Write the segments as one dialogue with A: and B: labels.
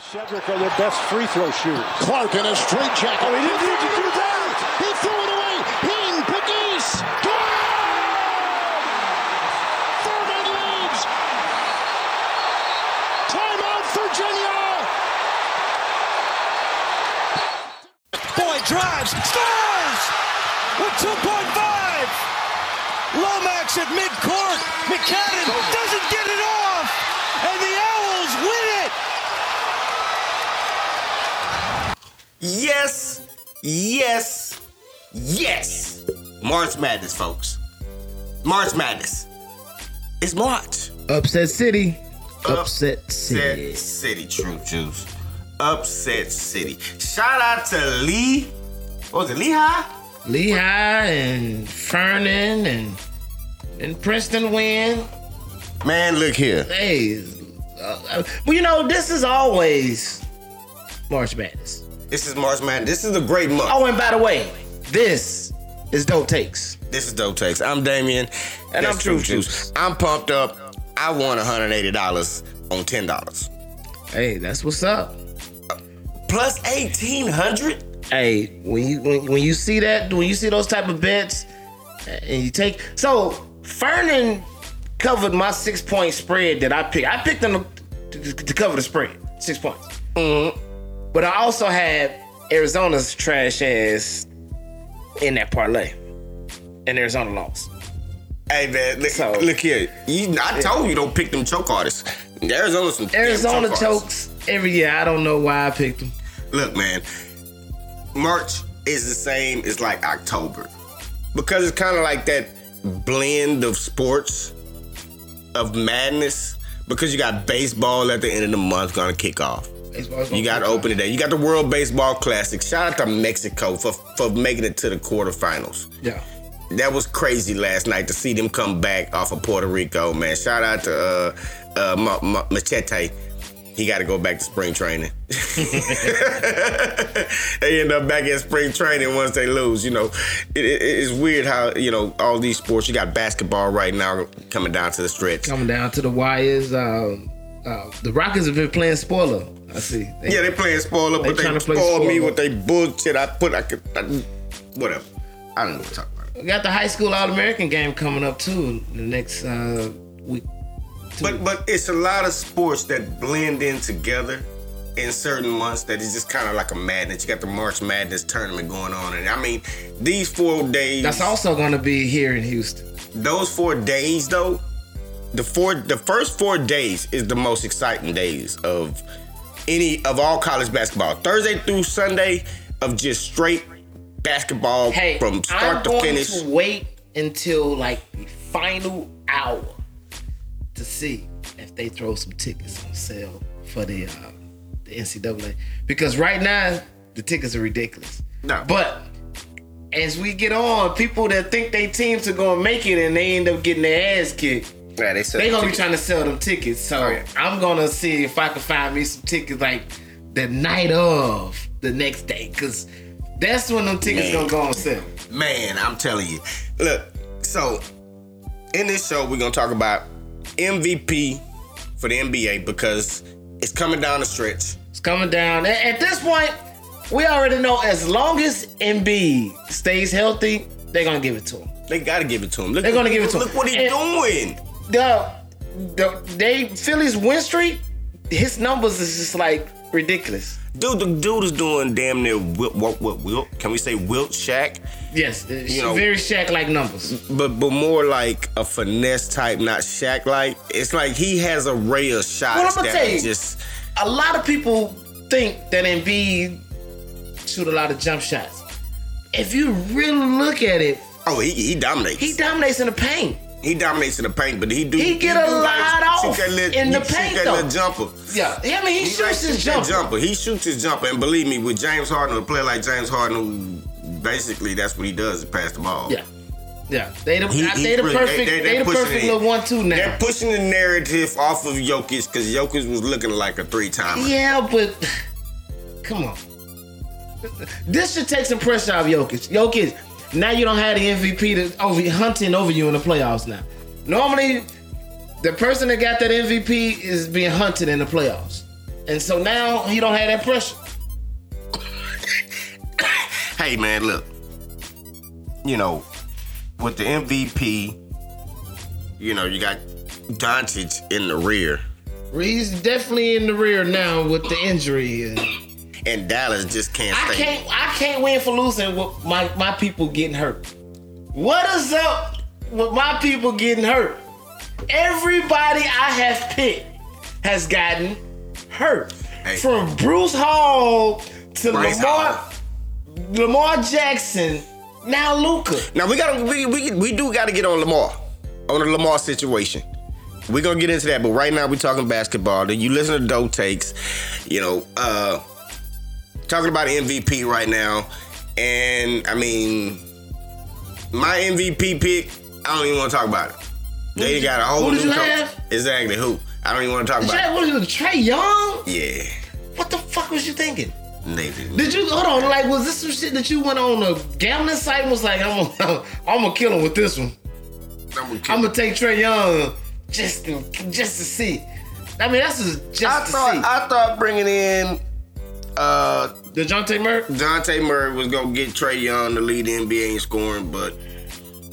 A: Cedric are their best free throw shooters.
B: Clark in a straight jacket.
A: Oh, he didn't need to do that.
B: He threw it away. Hing, Biggs, Thurman leaves. Timeout, Virginia.
C: Boy drives, scores with 2.5. Lomax at midcourt. McCadden doesn't get it off, and the Owls win it.
D: Yes, yes, yes. March Madness, folks. March Madness. It's March.
E: Upset City. Upset, City.
D: Upset City, True Juice. Upset City. Shout out to Lee. What was it, Lehigh?
E: Lehigh and Fernan and and Preston win.
D: Man, look here.
E: Hey, uh, uh, well, you know this is always March Madness.
D: This is March Madness. This is a great month.
E: Oh, and by the way, this is Dope Takes.
D: This is Dope Takes. I'm Damien.
E: And
D: That's
E: I'm True
D: Juice.
E: Juice.
D: I'm pumped up. I won $180 on $10.
E: Hey, that's what's up.
D: Plus 1800
E: Hey, when you when, when you see that when you see those type of bets and you take so Fernan covered my six point spread that I picked. I picked them to, to, to cover the spread, six points.
D: Mm-hmm.
E: But I also had Arizona's trash ass in that parlay, and Arizona lost.
D: Hey man, look,
E: So-
D: look here. You, I told you don't pick them choke artists. Arizona some damn
E: Arizona
D: choke artists.
E: chokes every year. I don't know why I picked them.
D: Look, man, March is the same as like October because it's kind of like that blend of sports of madness. Because you got baseball at the end of the month gonna kick off. You got opening day. You got the World Baseball Classic. Shout out to Mexico for for making it to the quarterfinals.
E: Yeah.
D: That was crazy last night to see them come back off of Puerto Rico, man. Shout out to uh, uh, Ma- Ma- Machete. He got to go back to spring training. they end up back at spring training once they lose. You know, it, it- it's weird how you know all these sports. You got basketball right now coming down to the stretch.
E: coming down to the wires. Um, uh, the Rockets have been playing spoiler. I see. They-
D: Yeah, they playing spoiler, but they
E: tryna play
D: spoiled me
E: spoiler.
D: with they bullshit. I put I could I, whatever. I don't know what to talk about.
E: We got the high school All American game coming up too the next uh, week.
D: But but it's a lot of sports that blend in together in certain months that is just kind of like a madness. You got the March Madness tournament going on, and I mean these four days.
E: That's also going to be here in Houston.
D: Those four days though, the four the first four days is the most exciting days of any of all college basketball. Thursday through Sunday of just straight basketball
E: Hey,
D: from
E: I'm
D: start to
E: going
D: finish.
E: to wait until like the final hour to see if they throw some tickets on sale for the uh, the NCAA because right now the tickets are ridiculous.
D: No.
E: But as we get on, people that think they teams are gonna make it and they end up getting their ass kicked.
D: Yeah, they said
E: They gonna be
D: tickets.
E: trying to sell them tickets, so
D: yeah.
E: I'm gonna see if I can find me some tickets like the night of the next day, cause that's when them tickets
D: Man.
E: gonna go on sale.
D: Man, I'm telling you. Look, so in this show, we're gonna talk about MVP for the NBA because it's coming down the stretch.
E: It's coming down. At, at this point, we already know as long as Embiid stays healthy, they're gonna give it to him.
D: They gotta give it to him. Look,
E: They're gonna give it to him.
D: Look what he
E: And-
D: doing.
E: The, the they Philly's win streak, his numbers is just like ridiculous.
D: Dude, the dude is doing damn near wilt, what, what, wilt? Can we say wilt Shaq?
E: Yes, it's
D: You know-
E: very Shaq like numbers.
D: But but more like a finesse type, not Shaq like. It's like he has a ray of shots
E: Well, I'ma
D: that
E: tell you-
D: are just
E: A lot of people think that Embiid shoot a lot of jump shots. If you really look at it,
D: oh he he dominates.
E: he dominates in the paint.
D: He dominates in the paint, but he do.
E: He get a
D: do like
E: lot
D: shoot
E: off
D: that little-
E: in
D: he
E: the
D: shoot
E: paint,
D: that little
E: though.
D: jumper.
E: Yeah, I mean he,
D: He like
E: shoots
D: shoot
E: his
D: that
E: jump.
D: jumper. He shoots his jumper, and believe me, with James Harden, a player like James Harden, who basically that's what he does is pass the ball.
E: Yeah. Yeah, they the,
D: He-
E: I-
D: he
E: they the
D: really-
E: perfect they,
D: they- they- they
E: the
D: pushing
E: perfect
D: it.
E: little one two now.
D: They're pushing the narrative off of Jokic because Jokic was looking like a three timer.
E: Yeah, but come on. This should take some pressure off Jokic. Jokic, now you don't have the MVP to over hunting over you in the playoffs now. Normally, the person that got that MVP is being hunted in the playoffs. And so now he don't have that pressure.
D: Hey man, look. You know, with the MVP, you know, you got Doncic in the rear.
E: He's definitely in the rear now with the injury. And
D: And Dallas just can't
E: I
D: stay.
E: can't I can't win for losing with my, my people getting hurt. What is up with my people getting hurt? Everybody I have picked has gotten hurt.
D: Hey.
E: From Bruce Hall to
D: Bryce
E: Lamar
D: Hall.
E: Lamar Jackson, now Luca.
D: Now we gotta we, we we do gotta get on Lamar. On the Lamar situation. We're gonna get into that, but right now we're talking basketball. Then you listen to Doe Takes, you know, uh talking about MVP right now. And I mean my MVP pick, I don't even wanna talk about it. They got a whole
E: who did
D: new
E: you
D: coach.
E: have?
D: Exactly who. I don't even wanna talk about
E: Trey, what is it, Trey Young?
D: it.
E: What the fuck was you thinking?
D: Yeah. Nathan.
E: Did you hold on? Like, was this some shit that you went on a gambling site and was like, I'm gonna, I'm gonna kill him with this one.
D: I'm
E: I'm gonna take Trey Young just to just to see. I mean, that's just, just
D: I
E: to
D: thought
E: see.
D: I thought bringing in uh
E: Dejounte Murray.
D: Dante Murray was gonna get Trey Young to lead the NBA in scoring, but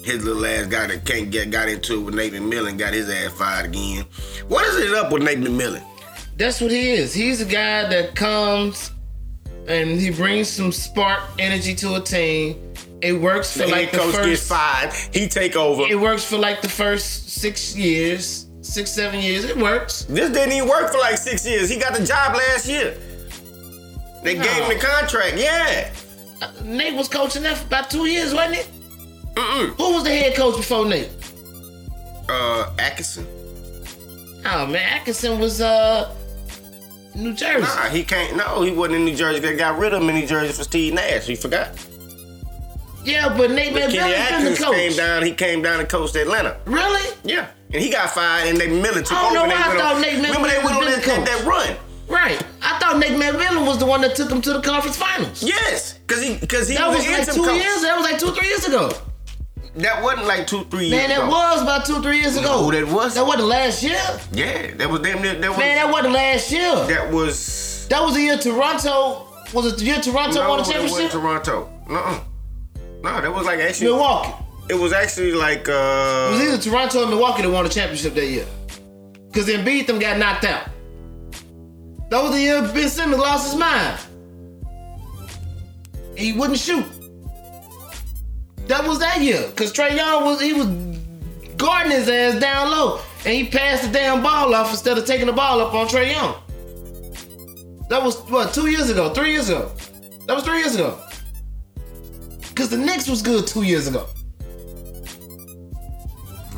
D: his little ass guy that can't get got into it with Nathan Millen got his ass fired again. What is it up with Nathan Millen?
E: That's what he is. He's a guy that comes and he brings some spark energy to a team. It works for
D: The
E: like
D: head
E: the
D: coach gets
E: first.
D: fired, he take over.
E: It works for like the first six years, six seven years. It works.
D: this didn't even work for like six years. He got the job last year. They
E: No.
D: gave him the contract. Yeah,
E: Nate was coaching that for about two years, wasn't it? Mm-mm. Who was the head coach before Nate?
D: uh, Atkinson.
E: Oh man, Atkinson was uh New Jersey.
D: Nah, he can't. No, he wasn't in New Jersey. They got rid of him in New Jersey for Steve Nash. You forgot.
E: Yeah, but Nate Van
D: Kenny
E: been the
D: Atkinson came
E: coach.
D: down. He came down and coached Atlanta.
E: Really?
D: Yeah, and he got fired, and they Miller took
E: I don't
D: over.
E: know
D: and
E: why I
D: they went
E: thought
D: on,
E: Nate Miller
D: remember they
E: was
D: went on
E: the
D: that, that,
E: coach.
D: that run.
E: Right. I thought Nate McMillan was the one that took them to the conference finals.
D: Yes, because he because he
E: that was,
D: an
E: like
D: interim
E: two
D: coach.
E: years. That was like two, three years ago.
D: That wasn't like two three years.
E: Man, that
D: ago.
E: was about two, three years ago.
D: No, that wasn't.
E: That wasn't last year.
D: Yeah, that was damn near. That was
E: Man, that wasn't last year.
D: that was.
E: That was the year Toronto was it the year Toronto
D: no,
E: won the
D: that
E: championship?
D: wasn't Toronto. No, no, that was like actually.
E: Milwaukee.
D: It was actually like. uh
E: It was either Toronto or Milwaukee that won the championship that year. Cause Embiid them got knocked out. That was the year Ben Simmons lost his mind. He wouldn't shoot. That was that year. Cause Trey Young was he was guarding his ass down low. And he passed the damn ball off instead of taking the ball up on Trey Young. That was what, two years ago, three years ago. That was three years ago. Cause the Knicks was good two years ago.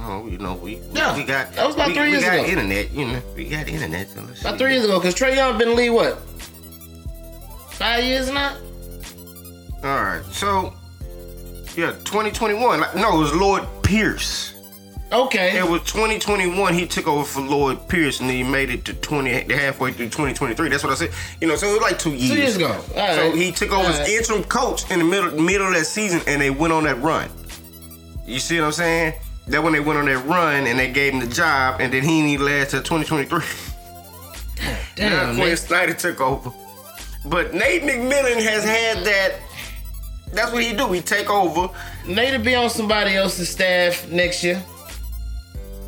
D: Oh, you know we.
E: Yeah,
D: we got.
E: that was about
D: we,
E: three
D: we
E: years
D: got
E: ago.
D: internet. You know, we got internet. So let's
E: About
D: see.
E: three years ago, because Trey Young been in the league what? Five years now?
D: All right, so yeah, 2021. Like, no, it was Lord Pierce.
E: Okay.
D: It was 2021. He took over for Lloyd Pierce, and he made it to 20 halfway through 2023. That's what I said. You know, so it was like two years.
E: years ago. All
D: so
E: right.
D: he took over
E: All
D: as
E: right.
D: interim coach in the middle middle of that season, and they went on that run. You see what I'm saying? That when they went on that run, and they gave him the job, and then he didn't even last till 2023.
E: Damn,
D: Now Quinn
E: Nate.
D: Snyder took over. But Nate McMillan has had that. That's what he do. He take over.
E: Nate'll be on somebody else's staff next year.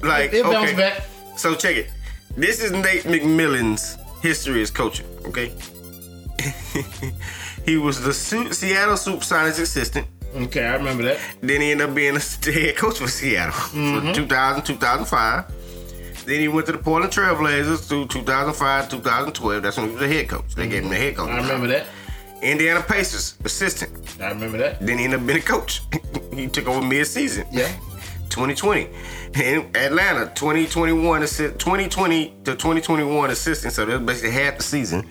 D: Like
E: He'll bounce
D: okay.
E: back.
D: So check it. This is Nate McMillan's history as coaching, okay? he was the Su- Seattle Supersonics assistant.
E: Okay, I remember that.
D: Then he ended up being a head coach for Seattle
E: Mm-hmm.
D: from 2000, 2005. Then he went to the Portland Trailblazers through 2005, 2012. That's when he was a head coach. They gave him the head coach.
E: I remember that.
D: Indiana Pacers assistant.
E: I remember that.
D: Then he ended up being a coach. he took over mid-season.
E: Yeah.
D: 2020. In Atlanta, 2021, assi- 2020 to 2021 assistant. So that's basically half the season.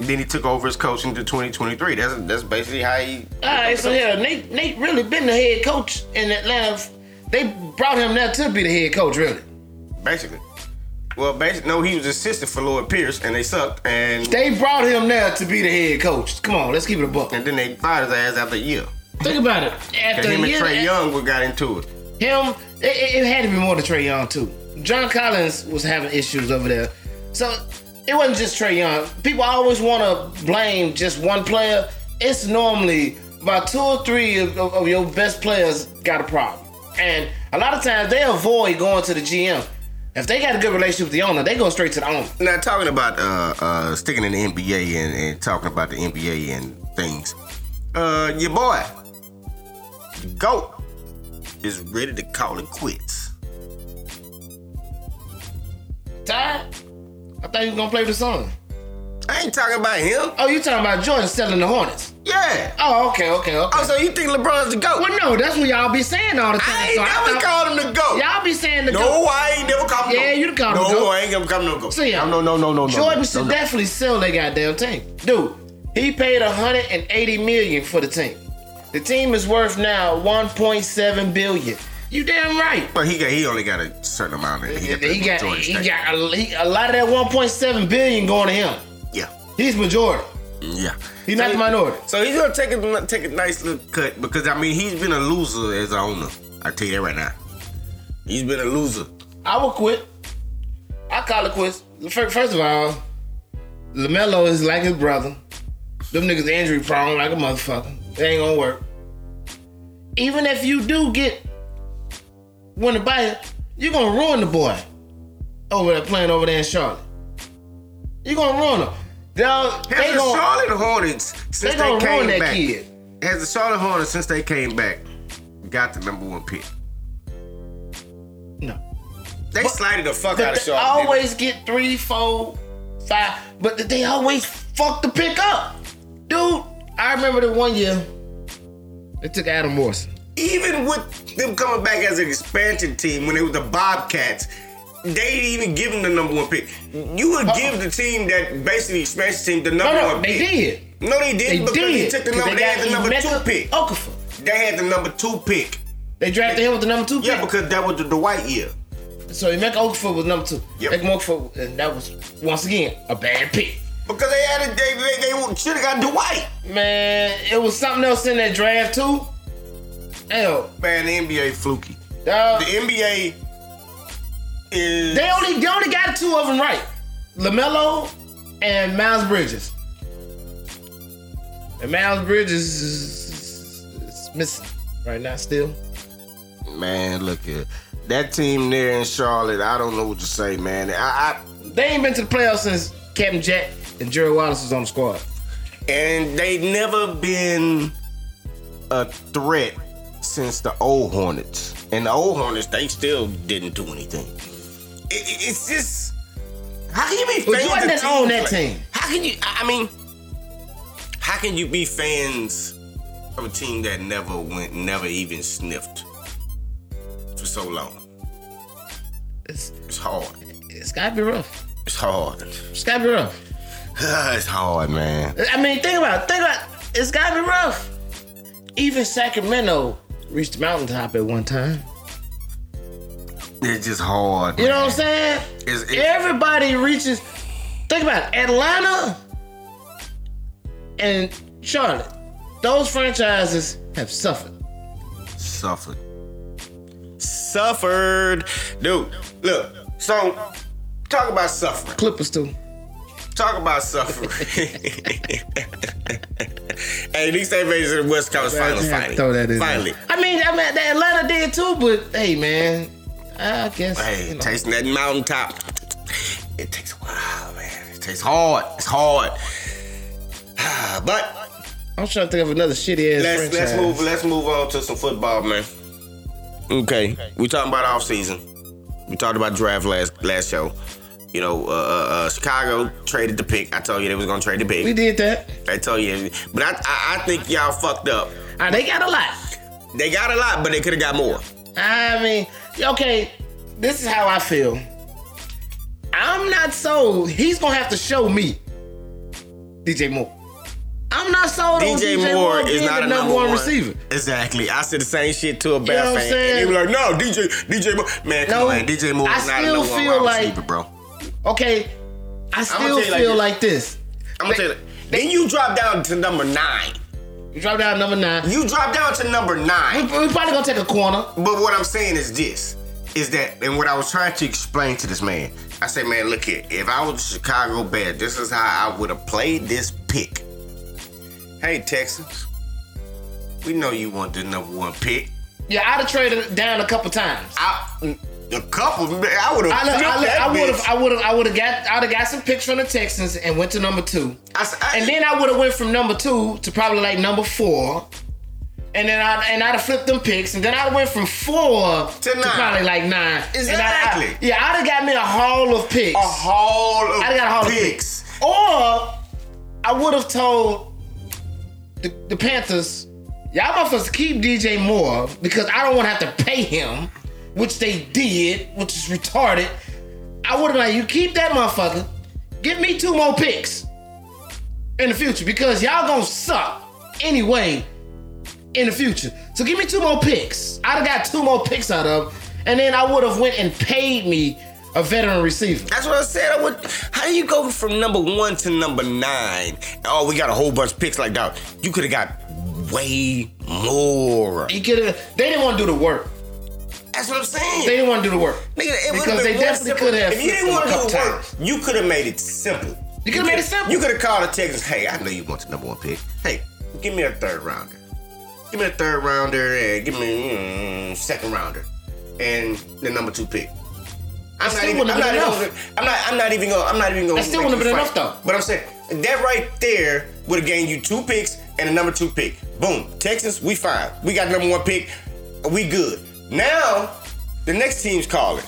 D: Then he took over as coach into 2023. That's that's basically how he.
E: All right, so yeah, Nate Nate really been the head coach in Atlanta. They brought him there to be the head coach, really.
D: Basically. Well, basically, no, he was assistant for Lloyd Pierce, and they sucked, and
E: They brought him there to be the head coach. Come on, let's keep it a buck.
D: and then they fired his ass after a year.
E: Think about it.
D: And
E: After
D: him
E: a
D: and
E: year, eh?
D: Trey Young were got into it.
E: him. It, it- it had to be more than Trey Young too. John Collins was having issues over there, so it wasn't just Trey Young. People always want to blame just one player. It's normally about two or three of, of- of your best players got a problem, and a lot of times they avoid going to the GM. If they got a good relationship with the owner, they go straight to the owner.
D: Now talking about uh, uh, sticking in the NBA and, and talking about the NBA and things, uh, your boy, the goat, is ready to call it quits.
E: Ty, I thought you was gonna play the song.
D: I ain't talking about him.
E: Oh, you talking about Jordan selling the Hornets?
D: Yeah.
E: Oh, okay, okay, okay.
D: Oh, so you think LeBron's the goat?
E: Well, no, that's what y'all be saying all the time.
D: I ain't
E: so I
D: never
E: thought-
D: called him the goat.
E: Y'all be saying the
D: no,
E: goat.
D: I ain't never called him.
E: Yeah,
D: the goat.
E: you done called him
D: no,
E: the goat.
D: I ain't never called him the goat.
E: So yeah,
D: no, no, no, no, no.
E: Jordan
D: no,
E: should
D: no.
E: definitely sell that goddamn team, dude. He paid 180 million for the team. The team is worth now 1.7 billion. You damn right.
D: But he got, he only got a certain amount. Of,
E: He
D: he,
E: got he got,
D: Jordan State.
E: a, he- a lot of that 1.7 billion going to him.
D: Yeah,
E: He's majority.
D: yeah.
E: He's not the minority.
D: So he's gonna take a take a nice little cut because I mean he's been a loser as an owner. I tell you that right now. He's been a loser.
E: I will quit. I call it quits. Fir- First of all, Lamelo is like his brother. Them niggas injury prone like a motherfucker. They ain't gonna work. Even if you do get win the bite, you're gonna ruin the boy over there playing over there in Charlotte. You're gonna ruin him. Dog,
D: Has
E: they
D: the
E: gonna,
D: Charlotte Hornets
E: they
D: since they,
E: gonna ruin
D: came
E: that
D: back?
E: kid.
D: Has the Charlotte Hornets since they came back got the number one pick?
E: No.
D: They slided the fuck
E: But
D: out of
E: they
D: Charlotte. didn't
E: always get three, four, five. But they always fuck the pick up. Dude, I remember the one year they took Adam Morrison.
D: they? Even with them coming back as an expansion team when they were the Bobcats. They didn't even give them the number one pick. You would give the team that basically expansion team the
E: Uh-uh. No,
D: number
E: no,
D: one
E: they
D: pick.
E: did.
D: No, they
E: They
D: didn't because
E: did.
D: he took the
E: 'Cause
D: number. They,
E: got
D: had the number
E: Emeka
D: two pick.
E: Okafor.
D: They had the number two pick.
E: They drafted him with the number two pick.
D: Yeah, because that was the Dwight year.
E: so Emeka Okafor was number two.
D: Yep.
E: Emeka Okafor, and that was once again a bad pick.
D: Because they had a, they they, they should have got Dwight.
E: Man, it was something else in that draft too. Hell,
D: Man, the NBA fluky.
E: dog.
D: The NBA is
E: They only they only got two of them right. LaMelo and Miles Bridges. And Miles Bridges is, is missing right now still.
D: man. Look at that team there in Charlotte. I don't know what to say, man. I,
E: They ain't been to the playoffs since Captain Jack and Jerry Wallace was on the squad.
D: I and they never been a threat since the old Hornets. And the old Hornets, they still didn't do anything. It, it- it's just how can you be
E: But
D: fans?
E: Jordan
D: of
E: didn't own that
D: teams like-
E: team.
D: How can you? I I mean, how can you be fans of a team that never went, never even sniffed for so long?
E: It's
D: It's hard.
E: it's gotta be rough.
D: It's hard.
E: It's gotta be rough.
D: it's hard, man.
E: I mean, think about it. Think about it. It's gotta be rough. Even Sacramento reached the mountaintop at one time.
D: It's just hard.
E: You know
D: man.
E: what I'm saying?
D: It's, it's,
E: Everybody reaches. Think about it, Atlanta and Charlotte. Those franchises have suffered.
D: suffered. Suffered, dude. Look, so talk about suffering.
E: Clippers too.
D: Talk about suffering. hey, these same Raiders in the West Coast
E: I
D: finally
E: just had to
D: fighting.
E: throw that in there.
D: Finally.
E: I mean, I mean, the Atlanta did too, but hey, man, I guess.
D: Hey,
E: you know.
D: tasting that mountaintop. It takes a while, man. It takes hard. It's hard. but
E: I'm trying to think of another shitty ass
D: let's
E: franchise.
D: let's move let's move on to some football, man. Okay, we talking about off season. We talked about draft last last show. You know, uh, uh, uh, Chicago traded the pick. I told you they was gonna trade the
E: We
D: pick.
E: did that.
D: I told you, but I I, I think y'all fucked up.
E: Ah, they got a lot.
D: They got a lot, but they could have got more.
E: I mean, okay, this is how I feel. I'm not sold. He's gonna have to show me. DJ Moore. I'm not sold on
D: DJ, Moore is
E: being
D: not
E: the
D: a
E: number one receiver.
D: Exactly. I said the same shit to a Bear
E: know what I'm
D: fan.
E: saying?
D: And they were like, no, DJ, DJ Moore. Man, come
E: No,
D: on. DJ Moore
E: I
D: is not a
E: still
D: number one
E: feel
D: wide
E: like-
D: receiver, bro.
E: Okay, I
D: tell
E: still
D: you like
E: feel
D: this.
E: like this.
D: I'm gonna tell you. Then you drop down to number nine.
E: You drop down number nine.
D: You drop down to number
E: We,
D: nine.
E: we probably gonna take a corner.
D: But what I'm saying is this. Is that and what I was trying to explain to this man I say, man, look here. If I was the Chicago Bears, this is how I would have played this pick. Hey, Texans, we know you want the number one pick.
E: Yeah, I'd have traded it down a couple times.
D: I, a couple, man, I would have.
E: I, look, I, look,
D: that
E: I would have,
D: bitch.
E: I would have, I would have got, I'd have got some picks from the Texans and went to number two,
D: I s- I-
E: and then I would have went from number two to probably like number four, and then I and I'd have flipped them picks, and then I went from four
D: To
E: to,
D: nine.
E: probably like nine. And I-
D: Exactly.
E: I- yeah, I'd have got me a haul of picks.
D: a haul of
E: I got a haul
D: picks.
E: of picks. Or I would have told the, the Panthers, y'all motherfuckers keep DJ Moore because I don't want to have to pay him, which they did, which is retarded. I would have like, you keep that motherfucker, give me two more picks in the future because y'all gonna suck anyway in the future. So give me two more picks. I'd have got two more picks out of, and then I would have went and paid me a veteran receiver.
D: That's what I said. I would. How do you go from number one to number nine? Oh, we got a whole bunch of picks like that. You could have got way more.
E: He could have. They didn't want to do the work.
D: That's what I'm saying.
E: They didn't want to do the work.
D: Nigga, it would've
E: because
D: been
E: they
D: one
E: definitely
D: simple-
E: could have
D: If you didn't
E: flipped
D: want
E: them a
D: to do
E: couple
D: work, you could have made it simple.
E: You could have made it simple.
D: You could have called the Texans. Hey, I know you want the number one pick. Hey, give me a third rounder. Give me a third rounder and give me mm, second rounder and the number two pick.
E: That
D: I'm not
E: still
D: even.
E: wouldn't
D: I'm
E: have
D: not,
E: been
D: even
E: enough.
D: I'm not. I'm not even going. I'm not even going.
E: That still wouldn't have been enough, though.
D: But I'm saying that right there would have gained you two picks and a number two pick. Boom. Texans, we fine. We got number one pick. We good. Now, the next team's calling.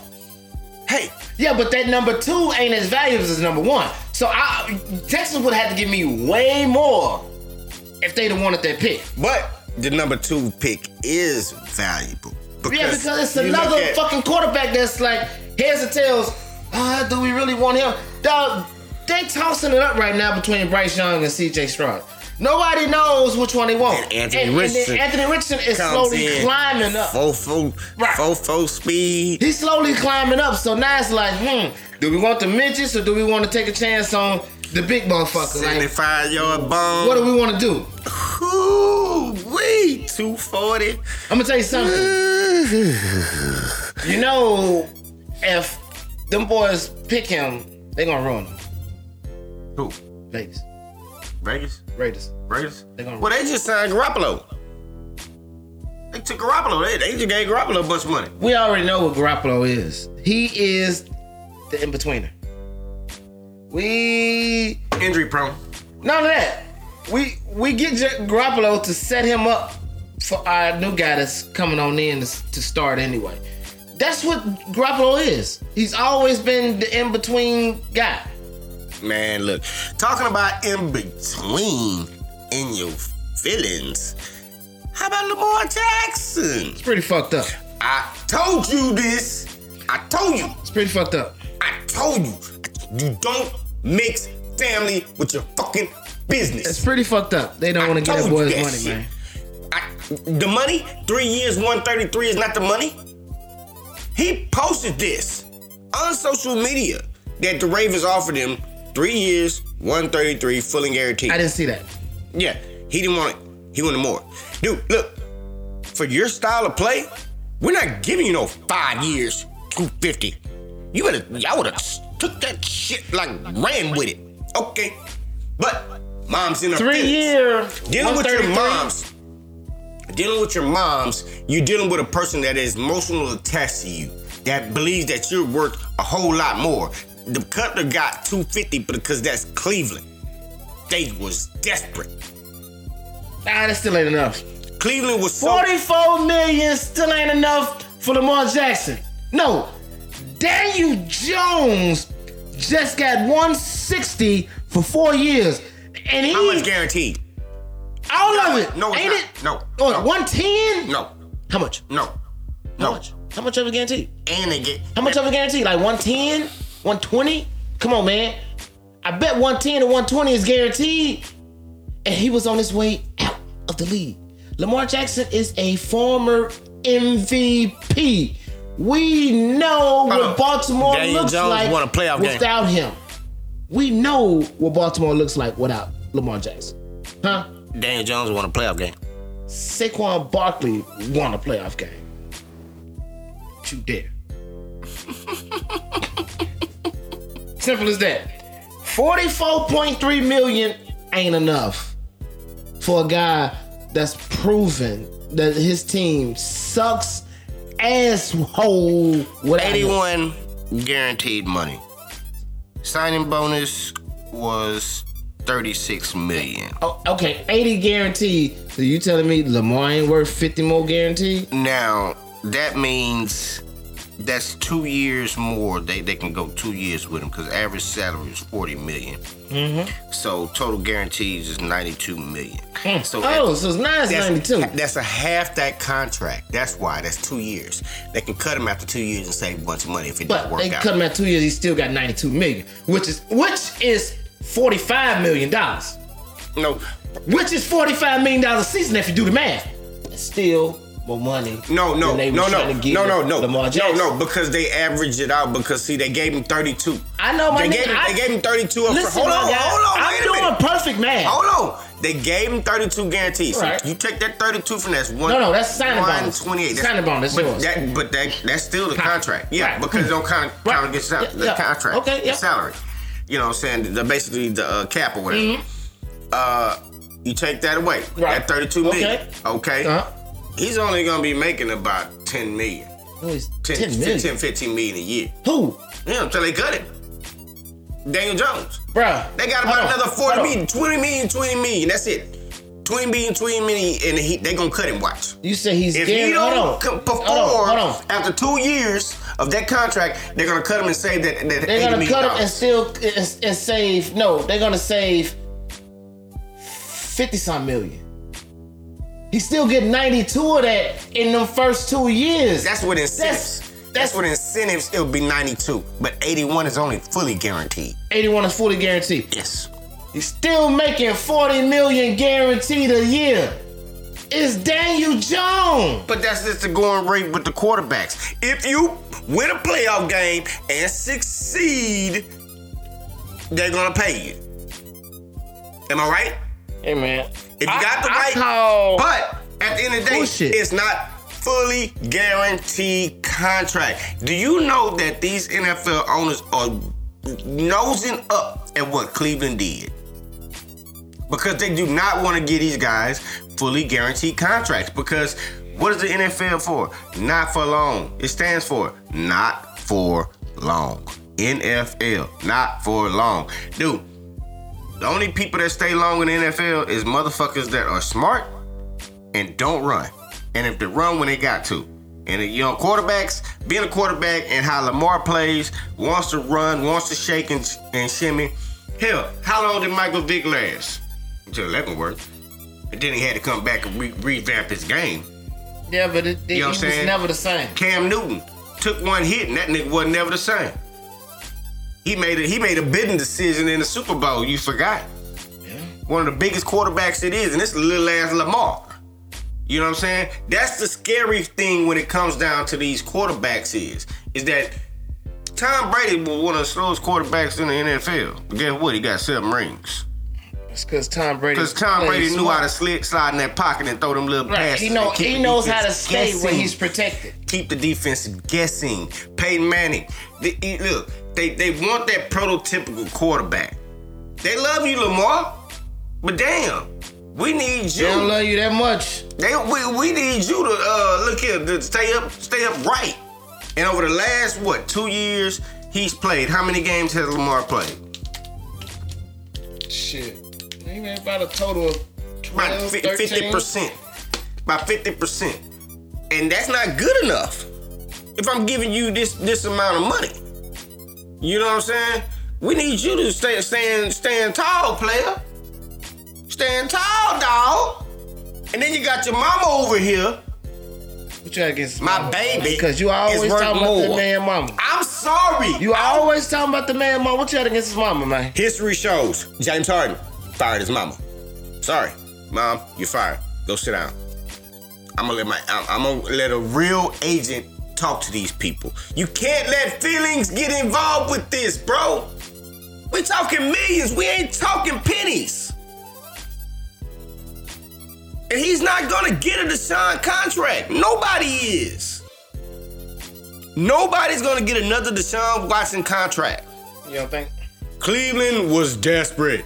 D: Hey,
E: Yeah, but that number two ain't as valuable as number one. So I Texas would have had to give me way more if they'd have wanted that pick.
D: but the number two pick is valuable.
E: Yeah, because it's
D: you look
E: another
D: at-
E: fucking quarterback that's like heads and tails. Ah, do we really want him? Dog, they tossing it up right now between Bryce Young and C.J. Stroud. Nobody knows which one they want.
D: And Anthony
E: and, and then
D: Richardson
E: Anthony Richardson is
D: comes
E: slowly
D: in
E: climbing up.
D: Full, full,
E: Right.
D: full, full speed.
E: He's slowly climbing up, so now it's like, hmm, do we want the midgets or do we want to take a chance on the big motherfucker? Like,
D: 75 yard bomb.
E: what do we want to do?
D: Ooh, wee, 240.
E: I'm gonna tell you something. You know, if them boys pick him, they gonna ruin him.
D: Who?
E: Vegas,
D: Vegas?
E: Raiders.
D: Raiders?
E: They gonna-
D: Well, they just signed Garoppolo. They took Garoppolo. They, they just gave Garoppolo a bunch of money.
E: We already know what Garoppolo is. He is the in betweener. We
D: Injury prone.
E: None of that. We we get J- Garoppolo to set him up for our new guy that's coming on in to, to start anyway. That's what Garoppolo is. He's always been the in between guy.
D: Man, look, talking about in between in your feelings. How about Lamar Jackson?
E: It's pretty fucked up.
D: I told you this. I told you.
E: It's pretty fucked up.
D: I told you. You don't mix family with your fucking
E: It's
D: business.
E: pretty fucked up. They don't want to get that
D: told you
E: boy's
D: that
E: money,
D: shit.
E: man.
D: I, the money, three years, 133 is not the money. He posted this on social media that the Ravens offered him three years, 133, fully guaranteed.
E: I didn't see that.
D: Yeah, he didn't want it. He wanted more. Dude, look, for your style of play, we're not giving you no five years, 250. You better, y'all would have took that shit like ran with it. Okay, but mom's in her
E: Three
D: feelings.
E: year.
D: Dealing with your
E: 133.
D: moms, dealing with your moms, you're dealing with a person that is emotionally attached to you, that believes that you're worth a whole lot more. The Cutler got 250 because that's Cleveland. They was desperate.
E: Nah, that still ain't enough.
D: Cleveland was so
E: 44 million still ain't enough for Lamar Jackson. No, Daniel Jones just got 160 for four years. And he,
D: how much guaranteed?
E: all of it.
D: No, it's
E: ain't
D: not.
E: it?
D: No,
E: Oh,
D: no.
E: 110?
D: No,
E: How much?
D: no,
E: How
D: no.
E: much? How much of a guarantee?
D: And they get
E: How much of a guarantee? Like 110? 120? Come on, man. I bet 110 to 120 is guaranteed. And he was on his way out of the league. Lamar Jackson is a former MVP. We know
D: Uh,
E: what Baltimore
D: Daniel
E: looks
D: Jones
E: like
D: won a playoff game.
E: without him. We know what Baltimore looks like without Lamar Jackson. Huh?
D: Daniel Jones won a playoff game.
E: Saquon Barkley won a playoff game. But You dare. Simple as that. 44.3 million ain't enough for a guy that's proven that his team sucks asshole with
D: 81 guaranteed money. Signing bonus was 36 million.
E: Oh, okay, 80 guaranteed. So you telling me Lamar ain't worth 50 more guaranteed?
D: Now, that means that's two years more. They they can go two years with him because average salary is 40 million.
E: Mm-hmm.
D: So total guarantees is 92 million. So at-
E: Oh, so it's 992.
D: That's, that's a half that contract. That's why. That's two years. They can cut him after two years and save a bunch of money if it doesn't
E: But
D: work
E: they
D: out.
E: cut him at two years, he still got 92 million, which is which is 45 million dollars.
D: no,
E: Which is 45 million dollars a season if you do the math. That's still more money.
D: no, no,
E: than they
D: no,
E: was
D: no,
E: trying to give
D: no, no, no,
E: Lamar
D: no,
E: Jackson.
D: no, because they averaged it out. Because see, they gave him thirty-two.
E: I know, my
D: they
E: nigga,
D: Gave him,
E: I-
D: they gave him thirty-two. Up for,
E: Listen,
D: hold on,
E: my guy,
D: hold on,
E: I'm
D: wait a
E: doing
D: minute.
E: perfect math.
D: Hold on. They gave him 32 guarantees. So
E: Right.
D: you take that 32 from that's one.
E: No, no, that's signing bonus.
D: 128. That's-
E: Signing bonus,
D: But
E: yours.
D: that, but that, that's still the
E: Right.
D: contract. Yeah,
E: Right.
D: because it don't count,
E: Right.
D: count against sal-
E: Yeah,
D: the
E: yeah.
D: contract.
E: Okay,
D: the
E: yeah.
D: salary. You know what I'm saying? The, basically the uh, cap or whatever. Uh, you take that away.
E: Mm-hmm. Right.
D: That 32 million.
E: Okay.
D: Okay.
E: Uh-huh.
D: He's only going to be making about 10 million.
E: No, it's
D: 10,
E: 10 million.
D: 10, 15 million a year.
E: Who?
D: Yeah, until they cut him. Daniel Jones.
E: Bruh.
D: They got
E: Hold
D: about
E: on,
D: another
E: hold
D: 40
E: on.
D: million, 20 million, 20 million. That's it. 20 million, 20 million, and he, they gonna cut him. Watch.
E: You say he's
D: If
E: guaranteed.
D: he
E: hold
D: don't
E: on.
D: co- perform
E: Hold on. Hold on.
D: after two years of that contract, they're gonna cut him and save that. that
E: They're
D: 80
E: gonna
D: million
E: cut him and
D: dollars.
E: still and, and save. No, they're gonna save fifty some million. He still get ninety two of that in them first two years.
D: That's what incentives.
E: That's-
D: That's,
E: that's-
D: what incentives. It'll be 92, but 81 is only fully guaranteed.
E: eighty one is fully guaranteed.
D: Yes.
E: He's still making forty million guaranteed a year. It's Daniel Jones.
D: But that's just the going rate with the quarterbacks. If you win a playoff game and succeed, they're gonna pay you. Am I right?
E: Hey man,
D: If you
E: I-
D: got the
E: I
D: right,
E: call-
D: but at the end of the day,
E: Bullshit.
D: it's not fully guaranteed contract. Do you know that these NFL owners are nosing up at what Cleveland did? Because they do not want to give these guys fully guaranteed contracts. Because what is the NFL for? Not for long. It stands for not for long. NFL, not for long. Dude, the only people that stay long in the NFL is motherfuckers that are smart and don't run. And if they run when they got to. And the young quarterbacks, being a quarterback and how Lamar plays, wants to run, wants to shake and, and shimmy. Hell, how long did Michael Vick last? Until Leavenworth. And then he had to come back and re- revamp his game.
E: yeah, but it, it,
D: You know
E: he
D: what
E: was
D: I'm saying?
E: never the same.
D: Cam Newton took one hit and that nigga wasn't never the same. He made a he made a bidding decision in the Super Bowl. You forgot. One of the biggest quarterbacks it is, and it's little ass Lamar. You know what I'm saying? That's the scary thing when it comes down to these quarterbacks is is that Tom Brady was one of the slowest quarterbacks in the NFL. But guess what? He got seven rings.
E: It's because Tom Brady.
D: Because Tom
E: plays
D: Brady knew
E: smart.
D: how to slid, slide in that pocket and throw them little
E: Right.
D: passes.
E: He know
D: and keep
E: he
D: the
E: knows how to
D: defense
E: stay when
D: guessing
E: he's protected.
D: keep the defense guessing. Peyton Manning. The- e- look, they, they want that prototypical quarterback. They love you, Lamar, but damn, we need
E: They don't
D: you.
E: love you that much.
D: They, we, we need you to uh, look here to stay up, stay up right. And over the last what two years, he's played. How many games has Lamar played?
E: Shit. He made about a total of
D: About
E: 12,
D: fifty
E: 13.
D: percent. By fifty percent, and that's not good enough. If I'm giving you this this amount of money, you know what I'm saying? We need you to stay stand stand tall, player. Stand tall, dog. And then you got your mama over here.
E: What you got against
D: My
E: mama?
D: baby
E: Because you
D: is
E: always
D: worth
E: talking about the
D: more.
E: man mama.
D: I'm sorry.
E: You always talking about the man mama. What you got against his mama, man?
D: History shows James Harden fired his mama. Sorry, mom, you're fired. Go sit down. I'm gonna let my I'm, I'm gonna let a real agent talk to these people. You can't let feelings get involved with this, bro. We talking millions. We ain't talking pennies. And he's not gonna get a Deshaun contract. Nobody is. Nobody's gonna get another Deshaun Watson contract.
E: You don't think?
D: Cleveland was desperate.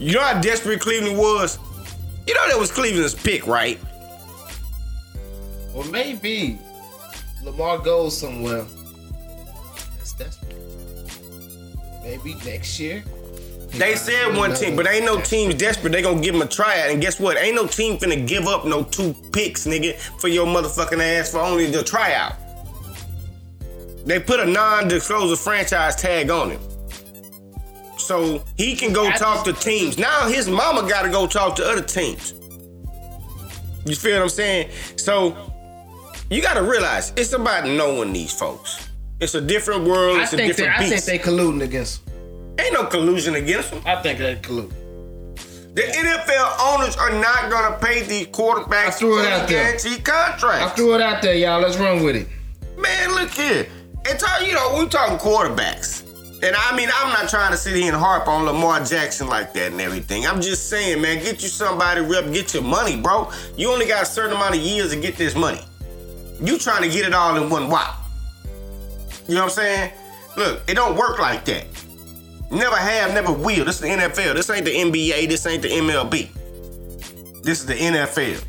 D: You know how desperate Cleveland was? You know that was Cleveland's pick, right?
E: Or maybe Lamar goes somewhere. That's desperate. Maybe next year.
D: They said one team, but ain't no teams desperate. They gonna give him a tryout, and guess what? Ain't no team finna give up no two picks, nigga, for your motherfucking ass for only the tryout. They put a non-disclosure franchise tag on him, so he can go talk to teams. Now his mama gotta go talk to other teams. You feel what I'm saying? So you gotta realize it's about knowing these folks. It's a different world.
E: I
D: It's a
E: think, they,
D: different
E: I think
D: beast.
E: they colluding against him.
D: Ain't no collusion against them.
E: I think they colluding.
D: The NFL owners are not going to pay these
E: I
D: quarterbacks
E: threw it out there.
D: guaranteed
E: I
D: contracts.
E: threw it out there, y'all. Let's run with it.
D: Man, look here. It's all, you know, we talking quarterbacks. And I mean, I'm not trying to sit here and harp on Lamar Jackson like that and everything. I'm just saying, man, get you somebody rep, get your money, bro. You only got a certain amount of years to get this money. You trying to get it all in one whop. You know what I'm saying? Look, it don't work like that. Never have, never will. This is the NFL. This ain't the NBA. This ain't the MLB. This is the NFL.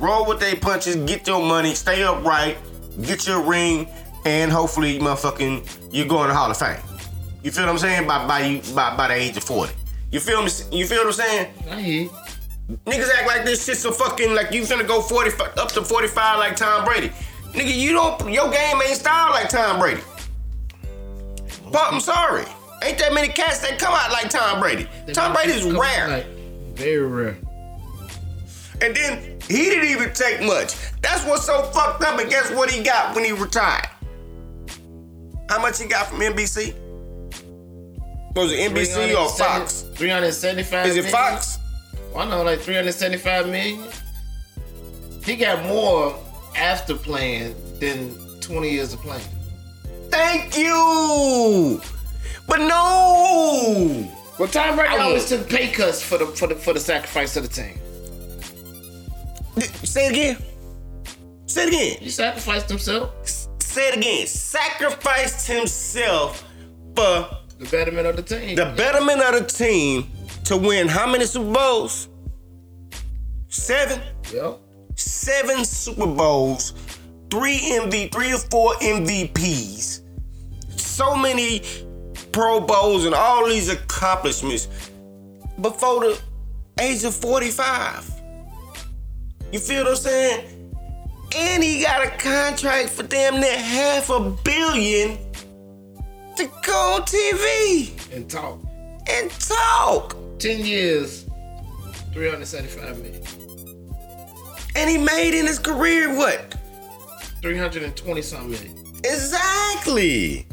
D: Roll with they punches, get your money, stay upright, get your ring, and hopefully, motherfucking, you're going to Hall of Fame. You feel what I'm saying? By by you by, by the age of 40. You feel me? You feel what I'm saying?
E: I hear you.
D: Niggas act like this shit's a fucking like you finna go 45 up to 45 like Tom Brady. Nigga, you don't your game ain't style like Tom Brady. But I'm sorry. Ain't that many cats that come out like Tom Brady. Tom Brady's rare.
E: Like, very rare.
D: And then he didn't even take much. That's what's so fucked up, and guess what he got when he retired? How much he got from NBC? Was it NBC or Fox?
E: 375
D: Is it
E: million?
D: Fox?
E: Well, I know, like 375 million. He got more after playing than 20 years of playing.
D: Thank you. But no.
E: Well, Tom Brady
D: I
E: always took pay cuts for the for the for the sacrifice of the team.
D: Say it again. Say it again.
E: He sacrificed himself,
D: Say it again. Sacrificed himself for
E: the betterment of the team.
D: the betterment of the team to win how many Super Bowls? Seven.
E: Yep.
D: Seven Super Bowls. Three MV, three or four MVPs. So many Pro Bowls and all these accomplishments before the age of 45. You feel what I'm saying? And he got a contract for damn near half a billion to go on TV
E: and talk.
D: and talk.
E: 10 years, 375 million.
D: And he made in his career what?
E: 320 something million.
D: Exactly.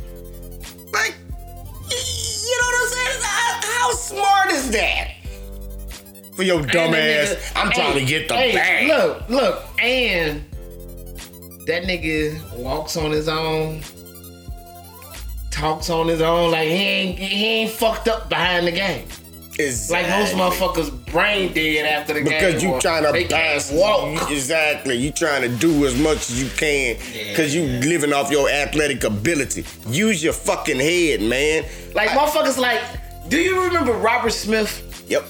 D: Like, y- you know what I'm saying? How, how smart is that? For your
E: Ain't
D: dumb
E: that
D: ass,
E: nigga-
D: I'm trying
E: hey,
D: to get the
E: hey,
D: bag.
E: Look, look, and that nigga walks on his own, talks on his own, like he ain't he ain't fucked up behind the game. Like
D: Exactly.
E: most motherfuckers brain dead after the game.
D: Because you
E: or
D: trying
E: they
D: to pass
E: can't walk.
D: Exactly. You trying to do as much as you can because you living off your athletic ability. Use your fucking head, man.
E: Like motherfuckers like, do you remember Robert Smith?
D: Yep.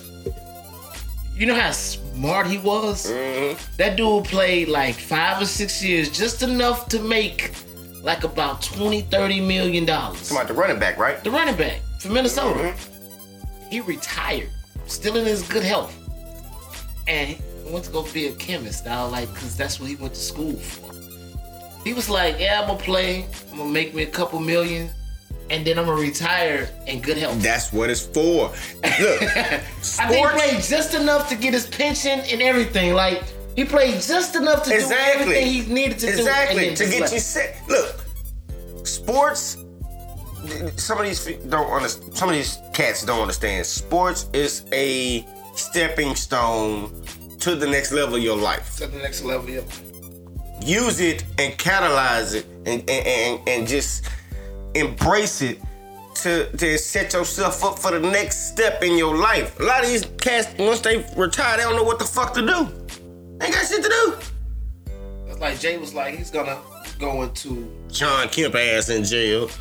E: you know how smart he was?
D: Mm-hmm.
E: That dude played like five or six years, just enough to make like about 20, 30 million dollars.
D: About the running back, right?
E: The running back from Minnesota.
D: Mm-hmm.
E: He retired, still in his good health. And he went to go be a chemist now, like, cause that's what he went to school for. He was like, yeah, I'm gonna play, I'm gonna make me a couple million, and then I'm gonna retire in good health.
D: That's what it's for. Look,
E: I think
D: sports-
E: he played just enough to get his pension and everything. Like he played just enough to
D: Exactly.
E: do everything he needed to do.
D: exactly
E: and
D: to
E: then just
D: get
E: left.
D: you sick. Look, sports. Some of these fe- don't understand. Some of these cats don't understand. Sports is a stepping stone to the next level of your life.
E: to the next level. Yeah.
D: Use it and catalyze it, and and, and, and just embrace it. To, to set yourself up for the next step in your life. A lot of these cats, once they retire, they don't know what the fuck to do. They ain't got shit to do.
E: That's like Jay was like he's gonna go into
D: John Kemp ass in jail.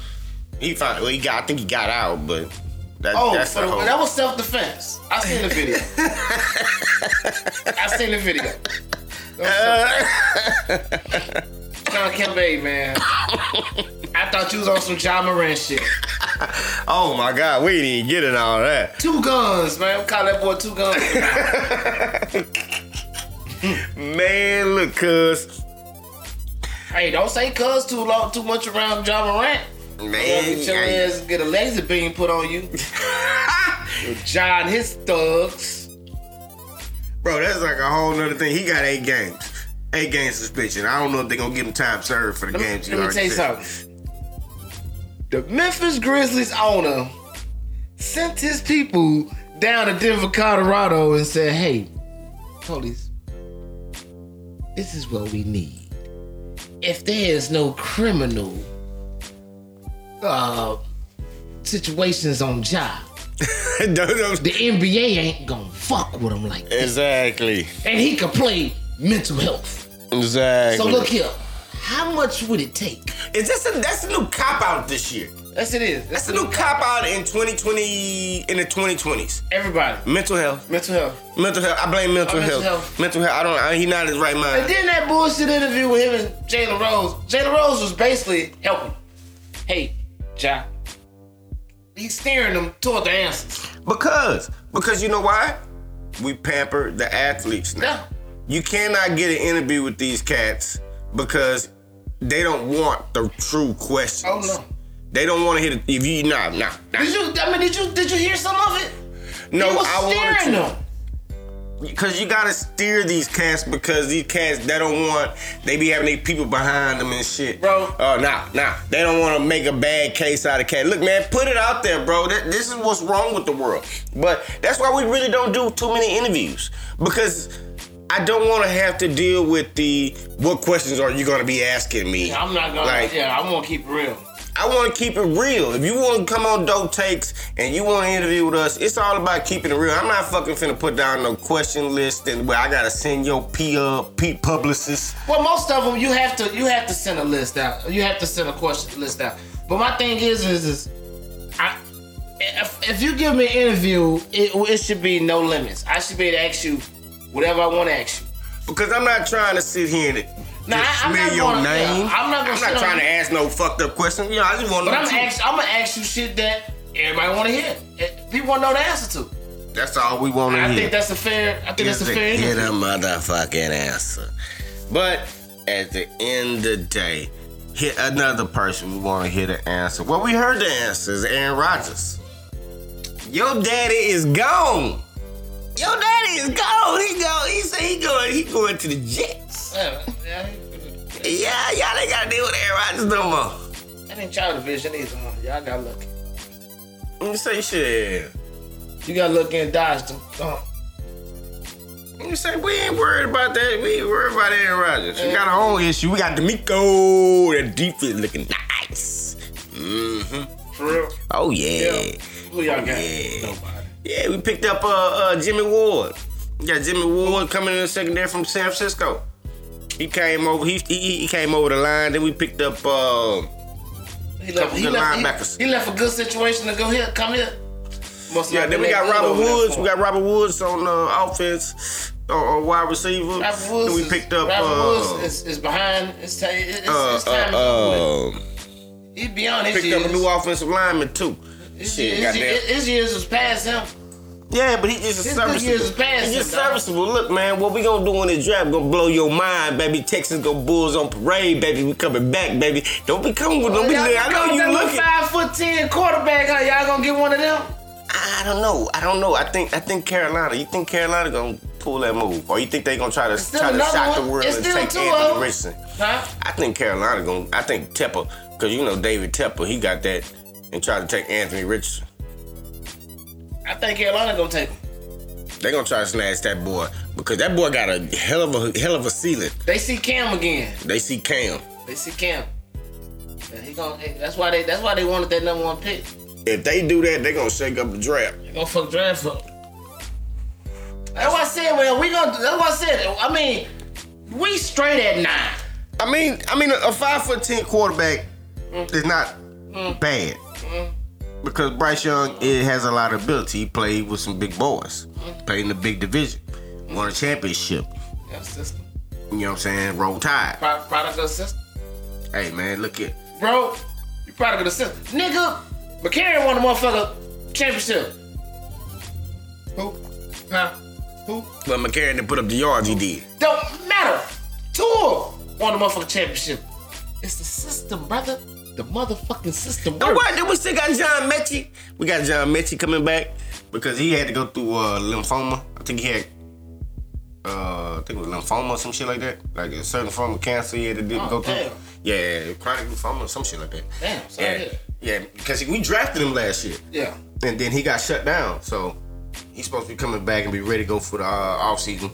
D: He finally, well, he got, I think he got out, but That,
E: Oh,
D: that's
E: for
D: the
E: the-
D: whole.
E: that was self defense. I seen the video. I seen the video.
D: Uh.
E: That was self-defense. Sean Kempe, man. I thought you was on some John Moran shit.
D: oh my God, we didn't even get it all that.
E: Two guns, man. We call that boy two guns.
D: Man, look, cuz.
E: hey, don't say cuz too long, too much around John Morant. Or
D: Man,
E: get your
D: I-
E: ass get a laser beam put on you. With John, his thugs.
D: bro, that's like a whole nother thing. He got eight games. Eight game suspension. I don't know if they're gonna give him time served for the
E: Let me,
D: games.
E: let me
D: already
E: tell you
D: said.
E: something. The Memphis Grizzlies owner sent his people down to Denver, Colorado, and said, "Hey, police, this is what we need. If there is no criminal uh, situations on job,
D: Don't-
E: the NBA ain't gonna fuck with him like that,
D: exactly.
E: and he could play mental health.
D: Exactly.
E: So look here, how much would it take?"
D: Is this a that's a new cop out this year?
E: Yes, it is.
D: That's a new cop out in 2020 in the 2020s.
E: Everybody.
D: Mental health,
E: Mental health.
D: mental health. I blame mental,
E: Oh, mental
D: health.
E: health.
D: Mental health. I don't. I, he not in his right
E: And
D: mind.
E: then that bullshit interview with him and Jalen Rose. Jalen Rose was basically helping. Hey, Ja. He's steering them toward the answers.
D: Because because you know why? We pamper the athletes now.
E: No.
D: You cannot get an interview with these cats because they don't want the true questions.
E: Oh no.
D: They don't want to hear the, if you nah nah. nah.
E: Did you I mean did you did you hear some of it?
D: No,
E: he was
D: I wanted to.
E: steering them.
D: Cause you gotta steer these cats because these cats they don't want they be having their people behind them and shit.
E: Bro.
D: Oh nah, nah. They don't wanna make a bad case out of cat. Look, man, put it out there, bro. That, this is what's wrong with the world. But that's why we really don't do too many interviews. Because I don't wanna have to deal with the what questions are you gonna be asking me.
E: I'm not gonna
D: Like-
E: yeah, I'm gonna keep it real.
D: I want to keep it real. If you want to come on dope takes and you want to interview with us, it's all about keeping it real. I'm not fucking finna put down no question list and where I gotta send your P uh, P publicist.
E: Well, most of them you have to you have to send a list out. You have to send a question list out. But my thing is is is I if, if you give me an interview, it, it should be no limits. I should be able to ask you whatever I want to ask you.
D: Because I'm not trying to sit here and
E: Nah, I-
D: just
E: I'm
D: smear
E: not
D: your
E: gonna- yeah,
D: name.
E: I'm not gonna
D: I'm
E: sit
D: not
E: on-
D: trying to ask no fucked up question. You know, I just want to
E: But
D: know.
E: I'm
D: the truth.
E: ask, I'm gonna ask you shit that everybody want to hear. It- People want to know the answer to.
D: That's all we want to hear.
E: I think that's a fair. I think that's a
D: Just
E: fair.
D: Get
E: interview.
D: a motherfucking answer. But at the end of the day, hit another person we want to hear the answer. Well, we heard the answer is Aaron Rodgers. Your daddy is gone. Your daddy is gone. He go. He said he going. He going to the Jets.
E: Yeah, yeah,
D: Yeah, y'all ain't gotta deal with Aaron Rodgers no more.
E: I didn't try to vision either. Huh? Y'all got lucky.
D: Let me say shit.
E: You got lucky and dodged them. Huh.
D: You say we ain't worried about that. We ain't worried about Aaron Rodgers. We got our own issue. We got D'Amico. That defense looking nice. hmm
E: For real.
D: Oh yeah.
E: Yeah. Who y'all got?
D: Yeah.
E: Nobody.
D: yeah. we picked up uh, uh Jimmy Ward. We got Jimmy Ward coming in the secondary from San Francisco. He came over. He he, he came over the line. Then we picked up. Uh,
E: He left, he,
D: good
E: left,
D: linebackers.
E: he, he left a good situation to go here, come here. Must
D: yeah.
E: not
D: Then we
E: been
D: got
E: that good
D: Robert
E: over there
D: Woods.
E: for
D: We
E: him.
D: got Robert Woods on uh, offense. Or wide receiver.
E: Robert
D: Then
E: Woods.
D: we
E: is-
D: picked up.
E: Robert
D: uh,
E: Woods is, is behind. It's, ta- it's,
D: uh,
E: it's time. to
D: uh, um,
E: do it. He's beyond his
D: picked
E: years.
D: up a new offensive lineman too.
E: his,
D: Shit,
E: years,
D: goddamn.
E: his, his years was past him.
D: Yeah, but he just
E: His
D: a
E: good
D: serviceable.
E: years is past
D: He's just
E: him, dog.
D: serviceable. Look, man, what we gonna do in this draft? Gonna blow your mind, baby. Texas go Bulls on parade, baby. We coming back, baby. Don't be coming with. Don't be.
E: Oh, Y'all
D: I know
E: got that
D: you
E: little
D: looking.
E: Five foot ten quarterback. How y'all gonna get one of them?
D: I don't know. I don't know. I think. I think Carolina. You think Carolina gonna pull that move, or you think they gonna try to
E: still
D: try to
E: another
D: shock
E: one.
D: the world
E: It's
D: and
E: still
D: take
E: two of
D: Anthony
E: 'em.
D: Richardson?
E: Huh?
D: I think Carolina gonna. I think Tepper, because you know David Tepper, he got that and tried to take Anthony Richardson.
E: I think Carolina gonna take them.
D: They gonna try to snatch that boy because that boy got a hell of a hell of a ceiling.
E: They see Cam again.
D: They see Cam.
E: They see Cam. Yeah, he gonna, hey, that's why they. That's why they wanted that number one pick.
D: If they do that, they gonna shake up the draft.
E: They gonna fuck draft up. That's why I said. Well, we gonna. That's why I said. I mean, we straight at nine.
D: I mean, I mean, a five foot ten quarterback is not bad. because Bryce Young it has a lot of ability. He played with some big boys, played in the big division, won a championship.
E: Got a system.
D: You know what I'm saying? Roll Tide.
E: Pro- Product of the system.
D: Hey man, look at
E: Bro, you product of the system. Nigga, McCarron won the motherfucker championship. Who? Huh? Who?
D: but McCarron to put up the yards he did.
E: Don't matter. Tour won the motherfucking championship. It's the system, brother. The motherfucking system.
D: Oh
E: works.
D: what? Then we still got John Mechie. We got John Mechie coming back because he had to go through uh, lymphoma. I think he had uh, I think it was lymphoma or some shit like that. Like a certain form of cancer he had to do,
E: Oh,
D: go through.
E: damn.
D: Yeah, chronic lymphoma or some shit like that.
E: Damn, sorry to
D: Yeah,
E: hear.
D: yeah, because we drafted him last year.
E: Yeah.
D: and then he got shut down. So he's supposed to be coming back and be ready to go for the uh, off season.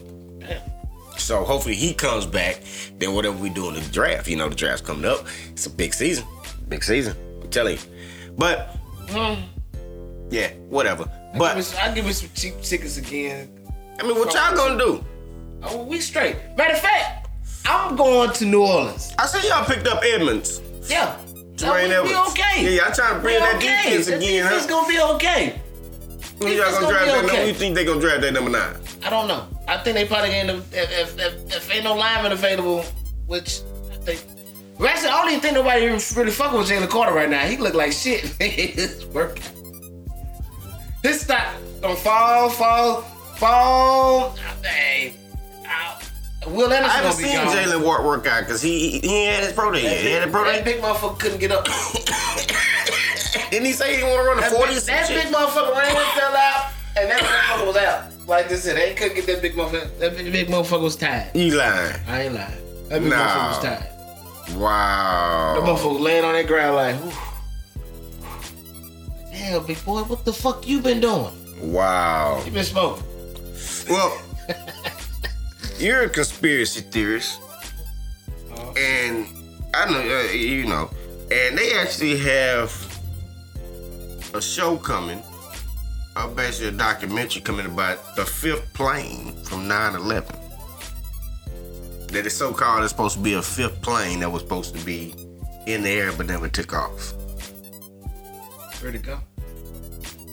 D: So hopefully he comes back. Then whatever we do in the draft, you know, the draft's coming up. It's a big season, big season. I'm telling you. But yeah, whatever.
E: I'll give
D: But
E: me- Um, I'll give me some cheap tickets again.
D: I mean, what y'all gonna do?
E: Oh, we straight. Matter of fact, I'm going to New Orleans.
D: I see y'all picked up Edmonds.
E: Yeah.
D: Dwayne
E: That would be
D: Edwards.
E: okay.
D: Yeah, y'all trying to bring
E: We
D: that
E: okay.
D: defense
E: That
D: again,
E: defense
D: huh?
E: gonna be okay.
D: Who y'all
E: Defense
D: gonna
E: gonna
D: draft
E: be
D: that? number?
E: okay.
D: Who you think they gonna draft that number nine?
E: I don't know. I think they probably end up if if, if, if ain't no lineman available, which I think. Well, Actually, I don't even think nobody even really fucking with Jalen Carter right now. He look like shit. His workout. His stock don't fall, fall, fall. Hey, I- Will
D: I
E: Anderson
D: haven't
E: gonna be
D: seen
E: gone.
D: Jalen Ward work out because he he ain't had his pro day. yet. He had a pro
E: That
D: day.
E: big motherfucker couldn't get up.
D: Didn't he say he want to run a
E: That,
D: forty?
E: big,
D: or some
E: that
D: shit?
E: big motherfucker ran and fell out, and that motherfucker was out. Like this, it ain't couldn't get that big motherfucker. That big, big motherfucker was tired.
D: You lying.
E: I ain't lying. That big
D: Nah. Oh.
E: motherfucker was tired. That
D: Wow.
E: motherfucker was laying on that ground like, Whew. damn, big boy, what the fuck you been doing?
D: Wow.
E: You been smoking?
D: Well, you're a conspiracy theorist, and I know uh, you know, and they actually have a show coming. I bet you a documentary coming about the fifth plane from 9/11. That is so-called is supposed to be a fifth plane that was supposed to be in the air but never took off.
E: Where'd it go?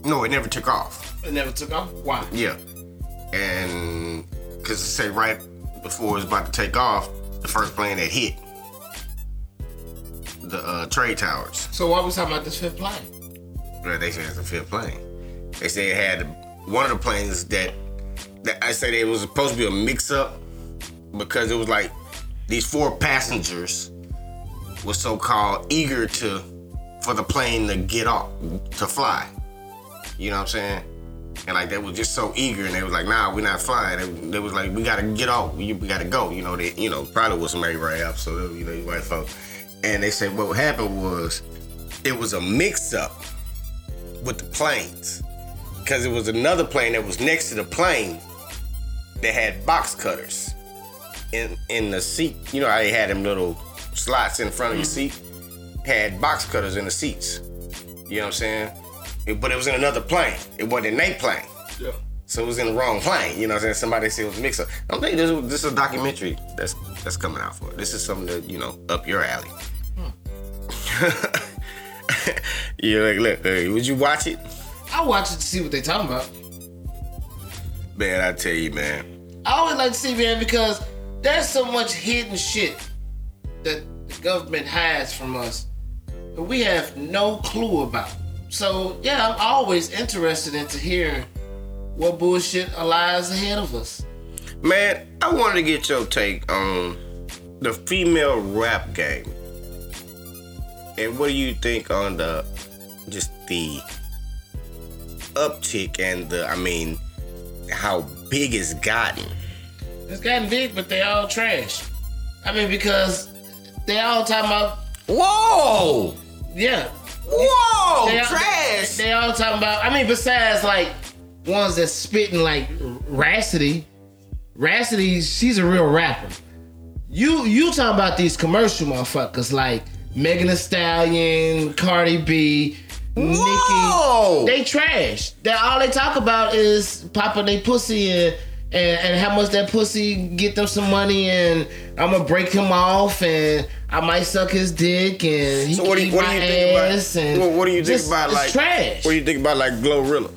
D: No, it never took off.
E: It never took off. Why?
D: Yeah. And because it say right before it was about to take off, the first plane that hit the uh, trade towers.
E: So why we talking about this fifth plane?
D: Well, they said it's the fifth plane. They say it had one of the planes that that I said it was supposed to be a mix up because it was like these four passengers were so called eager to for the plane to get off to fly. You know what I'm saying? And like they were just so eager, and they was like, "Nah, we're not flying." They, they was like, "We gotta get off. We, we gotta go." You know, they you know probably was somebody right up, so they, you know, white folks. And they said what happened was it was a mix up with the planes because it was another plane that was next to the plane that had box cutters in in the seat. You know, I had them little slots in front of your seat. Had box cutters in the seats. You know what I'm saying? It- but it was in another plane. It wasn't in their plane.
E: Yeah.
D: So it was in the wrong plane. You know what I'm saying? Somebody said it was mixed up. I'm thinking this, was- this is a documentary that's that's coming out for it. This is something that, you know, up your alley. You're like, look, hey, would you watch it?
E: I watch it to see what they talking about.
D: Man, I tell you, man.
E: I always like to see man because there's so much hidden shit that the government hides from us that we have no clue about. So yeah, I'm always interested into hearing what bullshit lies ahead of us.
D: Man, I wanted to get your take on the female rap game. And what do you think on the just the uptick and the I mean how big it's gotten.
E: It's gotten big, but they all trash. I mean, because they all talking about
D: Whoa!
E: yeah,
C: Oh,
D: Whoa!
E: they all, They, they all talking about. I mean, besides like ones that's spitting like Rassity. Rassity, she's a real rapper. You you talking about these commercial motherfuckers like Megan Thee Stallion, Cardi B, Nicki.
D: Whoa!
E: They trash. That all they talk about is popping their pussy and and, and how much that pussy get them some money and I'm gonna break him off and I might suck his dick and he
D: So
E: can
D: what do
E: eat
D: you, what do
E: my
D: you think
E: ass
D: about?
E: and
D: What, what do you think
E: just-
D: about
E: it's
D: like?
E: trash.
D: What do you think about like Glorilla?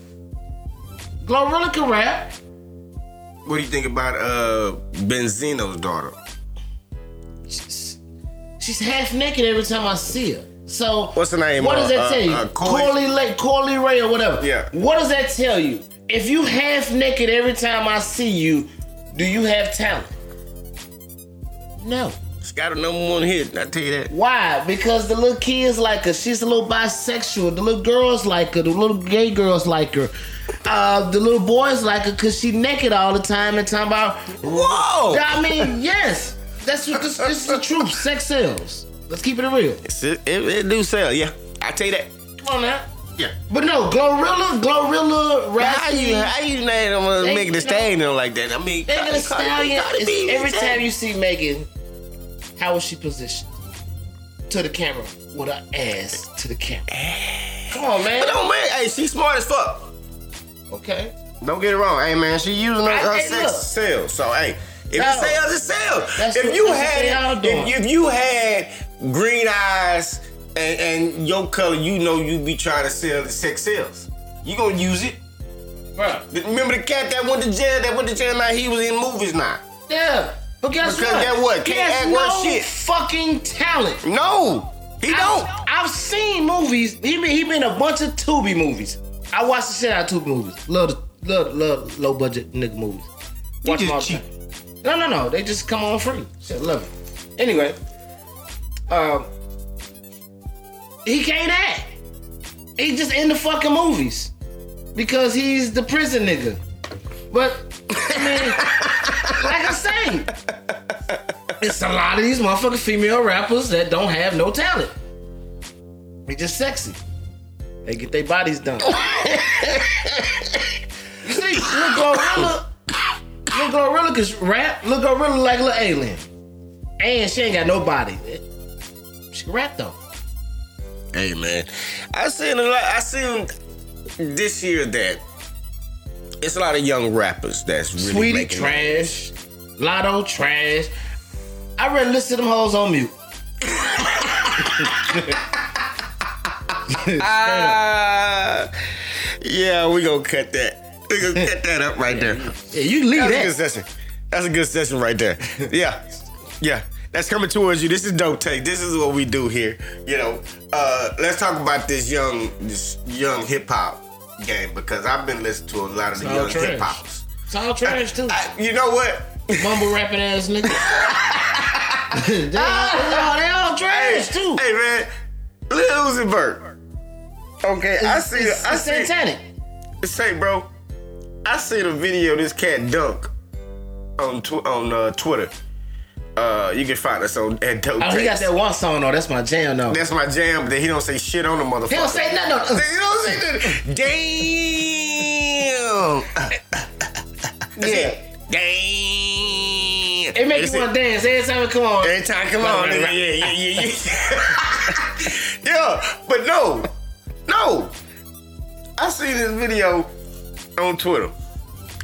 E: Glorilla can rap.
D: What do you think about uh Benzino's daughter?
E: She's, she's half naked every time I see her. So
D: What's her name?
E: What does
D: Uh,
E: that
D: uh,
E: tell you?
D: uh, Corey-
E: Corley, Le- Corley Ray or whatever.
D: Yeah.
E: What does that tell you? If you half naked every time I see you, do you have talent? No.
D: She got a number one hit. I tell you that.
E: Why? Because the little kids like her. She's a little bisexual. The little girls like her. The little gay girls like her. Uh, the little boys like her because she naked all the time and talking about.
D: Whoa!
E: Oh. I mean, yes, that's what this, this is the truth. Sex sells. Let's keep it real.
D: It, it, it do sell. Yeah, I tell you that.
E: Come on now.
D: Yeah.
E: But no, Glorilla, Glorilla,
D: How
E: Rascal,
D: you how you name them uh,
E: They-
D: Megan Thee
E: you know-
D: Stallion like that? I
E: Megan
D: mean,
E: Thee
D: Cardi- Cardi-
E: Stallion.
D: Cardi
E: is-
D: B,
E: every
D: Megan
E: time you see Megan, how is she positioned? To the camera with her ass to the camera. Come on, man.
D: But don't man, hey, she smart as fuck.
E: Okay.
D: Don't get it wrong, hey man, she using her,
E: I-
D: her
E: hey,
D: sex
E: look.
D: sales. So hey, if
E: No.
D: it sells, it sells.
E: That's
D: if
E: what-
D: you
E: that's what they all
D: had,
E: doing.
D: if, you- if you had green eyes and, and your color, you know you be trying to sell the sex sales. You gonna use it.
E: Bruh.
D: Remember the cat that went to jail? That went to jail now. He was in movies now.
E: Yeah. But guess
D: Because
E: what?
D: guess what?
E: He
D: Can't
E: has
D: act
E: no
D: worth shit.
E: fucking talent.
D: No, he don't.
E: I've, I've seen movies. He been he been in a bunch of Tubi movies. I watch the shit out of Tubi movies. Love the love love low budget nigga movies. Watch
D: just
E: them all the
D: cheap.
E: time. No no no, they just come on free. Shit, love it. Anyway, um, he can't act. He just in the fucking movies because he's the prison nigga. But I mean, like I say, it's a lot of these motherfucking female rappers that don't have no talent. They just sexy. They get their bodies done. you see, little gorilla, little gorilla can rap. Little gorilla like a little alien, and she ain't got no body. She can rap though.
D: Hey man, I seen a lot. I seen this year that it's a lot of young rappers that's really
E: Sweetie
D: making
E: trash, Lotto trash. I read list of them hoes on mute.
D: Ah, yeah, we gonna cut that. We gonna cut that up right there.
E: Yeah, you leave
D: That's a good
E: that.
D: session. That's a good session right there. Yeah, yeah. That's coming towards you. This is dope take. This is what we do here. You know, uh, let's talk about this young, this young hip hop game because I've been listening to a lot of the
E: all
D: young
E: trash.
D: hip hoppers.
E: It's all trash too.
D: I- You know what?
E: Mumble rapping ass nigga. they, all, they all- they all trash too.
D: Hey man, Lil Uzi Vert. Okay, I
E: It's-
D: see.
E: it's,
D: I
E: it's
D: see.
E: satanic.
D: Say, bro, I see the video of this cat dunk on tw- on uh, Twitter. Uh, you can find us on at Dope
E: Oh, he got
D: Tapes.
E: that one song though. That's my jam though.
D: That's my jam, but then he don't say shit on the motherfucker.
E: He don't say nothing. On,
D: You know what I'm saying? Damn. That's
E: Yeah.
D: it. Damn.
E: it make
D: That's
E: you want to dance every time it come on.
D: Every time, come
E: Right,
D: on,
E: right,
D: nigga.
E: right.
D: Yeah, yeah, yeah, yeah. yeah, but no, no. I seen this video on Twitter,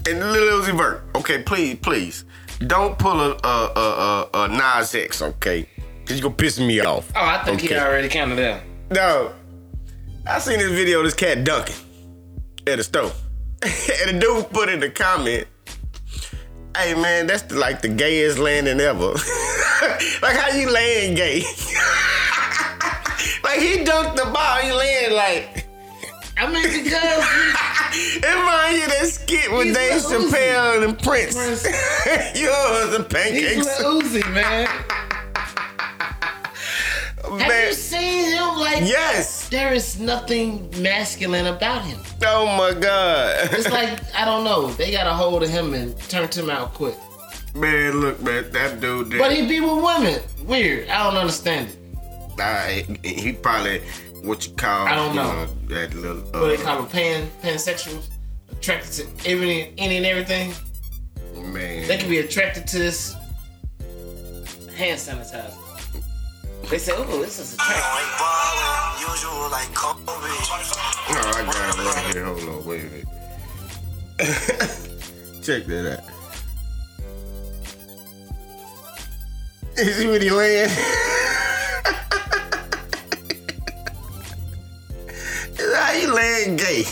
D: and Lil Uzi Vert. Okay, please, please, don't pull a a a, a, a Nas X, okay? Cause you gonna piss me off.
E: Oh, I think he
D: Okay.
E: already counted down.
D: No, I seen this video. of This cat dunking at a store, and the dude put in the comment, "Hey man, that's the, like the gayest landing ever. like how you land gay? like he dunked the ball, he land like."
E: I mean because
D: It remind you of that skit with
E: He's
D: Dave
E: Lil Uzi.
D: Chappelle and Prince.
E: Prince.
D: you know, the
E: he's
D: pancakes.
E: Lil Uzi man. Have
D: Man,
E: you seen him like?
D: Yes.
E: There is nothing masculine about him.
D: Oh my god.
E: It's like I don't know. They got a hold of him and turned him out quick.
D: man, look, man, that dude. There.
E: But he be with women. Weird. I don't understand it.
D: Nah, he, he probably what you call.
E: I don't
D: you
E: know.
D: that little.
E: What they
D: Uh,
E: call them pan pansexuals. Attracted to every any and everything.
D: man.
E: They can be attracted to this hand sanitizer. They say, "Ooh, this is attractive."
D: No, I got it right here. Hold on, wait a minute. Check that out. You see when he land? How you land gay?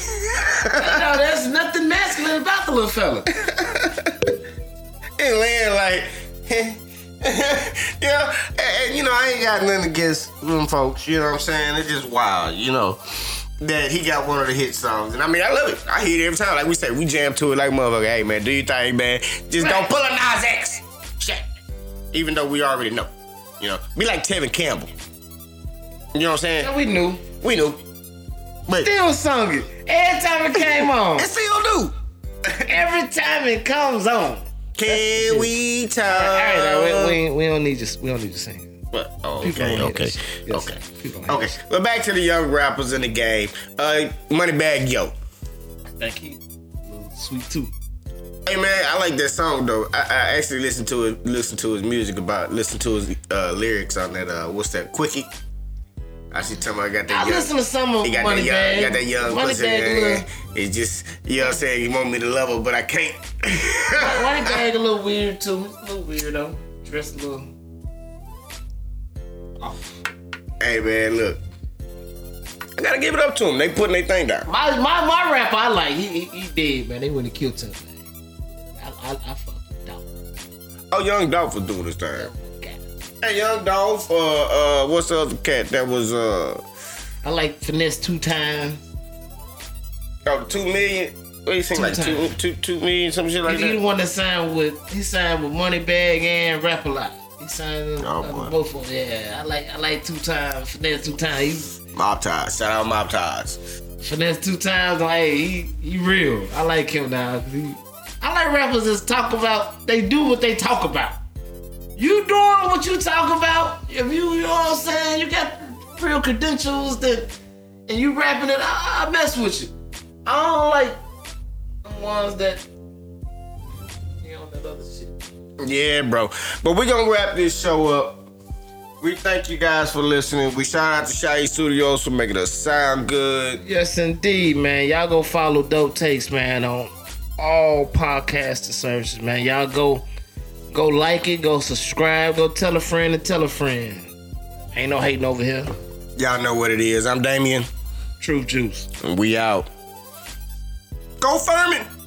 E: No, there's nothing masculine about the little fella.
D: and land like, you know, and, and, you know, I ain't got nothing against them folks. You know what I'm saying? It's just wild, you know, that he got one of the hit songs, and I mean, I love it. I hear it every time. Like we say, we jam to it like motherfucker. Hey man, do your thing, man. Just don't pull a Nas X. Shit. Even though we already know, you know, be like Tevin Campbell. You know what I'm saying?
E: And we knew.
D: We knew, but
E: Still sung it. Every time it came on.
D: it still do.
E: Every time it comes on.
D: Can we talk?
E: All right, all right, we, we, we don't need you. We don't need you singing.
D: But, oh,
E: People
D: okay,
E: don't hate
D: okay,
E: us. Yes,
D: okay.
E: people don't hate
D: Okay,
E: us.
D: but back to the young rappers in the game. Uh, Moneybag Yo.
E: Thank you. Little Sweet too.
D: Hey man, I like that song though. I, I actually listened to it, listened to his music about, listened to his uh, lyrics on that. Uh, what's that? Quickie. I see talking about I got that.
E: I
D: young,
E: listen to some of
D: he got
E: Money
D: that young,
E: Bag.
D: got that young
E: Money
D: pussy.
E: Bag,
D: in there.
E: little,
D: It's just you know what I'm saying. You want me to love her, but I can't.
E: Money Bag a little weird too. It's a little weird though. Dressed a little.
D: hey man, look. I gotta give it up to him. They putting their thing down.
E: My my my rapper I like. He he, he dead man. They wouldn't kill him. Man. I I, I fuck with dog.
D: Oh, Young Dolph was doing his thing.
E: God.
D: Hey, Young Dolph. Uh, uh, what's the other cat that was uh?
E: I like finesse two times.
D: Oh, two million. What you think,
E: Two
D: like two,
E: times.
D: two, two million, some shit like
E: He, he the
D: that.
E: one that signed with he signed with Moneybag and Rap a Lot. He signed them
D: Oh,
E: uh,
D: boy.
E: both of them. Yeah, I like I like two times finesse two times. He's
D: Mob Ties. Shout out Mob Ties.
E: finesse two times. Like hey, he he real. I like him now. He- I like rappers that talk about they do what they talk about. You doing what you talk about? If you you know what I'm saying, you got real credentials that, and you rapping it. I, I mess with you. I don't like the ones that you know that other shit.
D: Yeah, bro. But we're gonna wrap this show up. We thank you guys for listening. We shout out to Shy Studios for making us sound good.
E: Yes, indeed, man. Y'all go follow Dope Takes, man, on all podcasting services, man. Y'all go, go like it, go subscribe, go tell a friend and tell a friend. Ain't no hating over here.
D: Y'all know what it is. I'm Damien.
E: Truth juice.
D: and We out. Go Furman!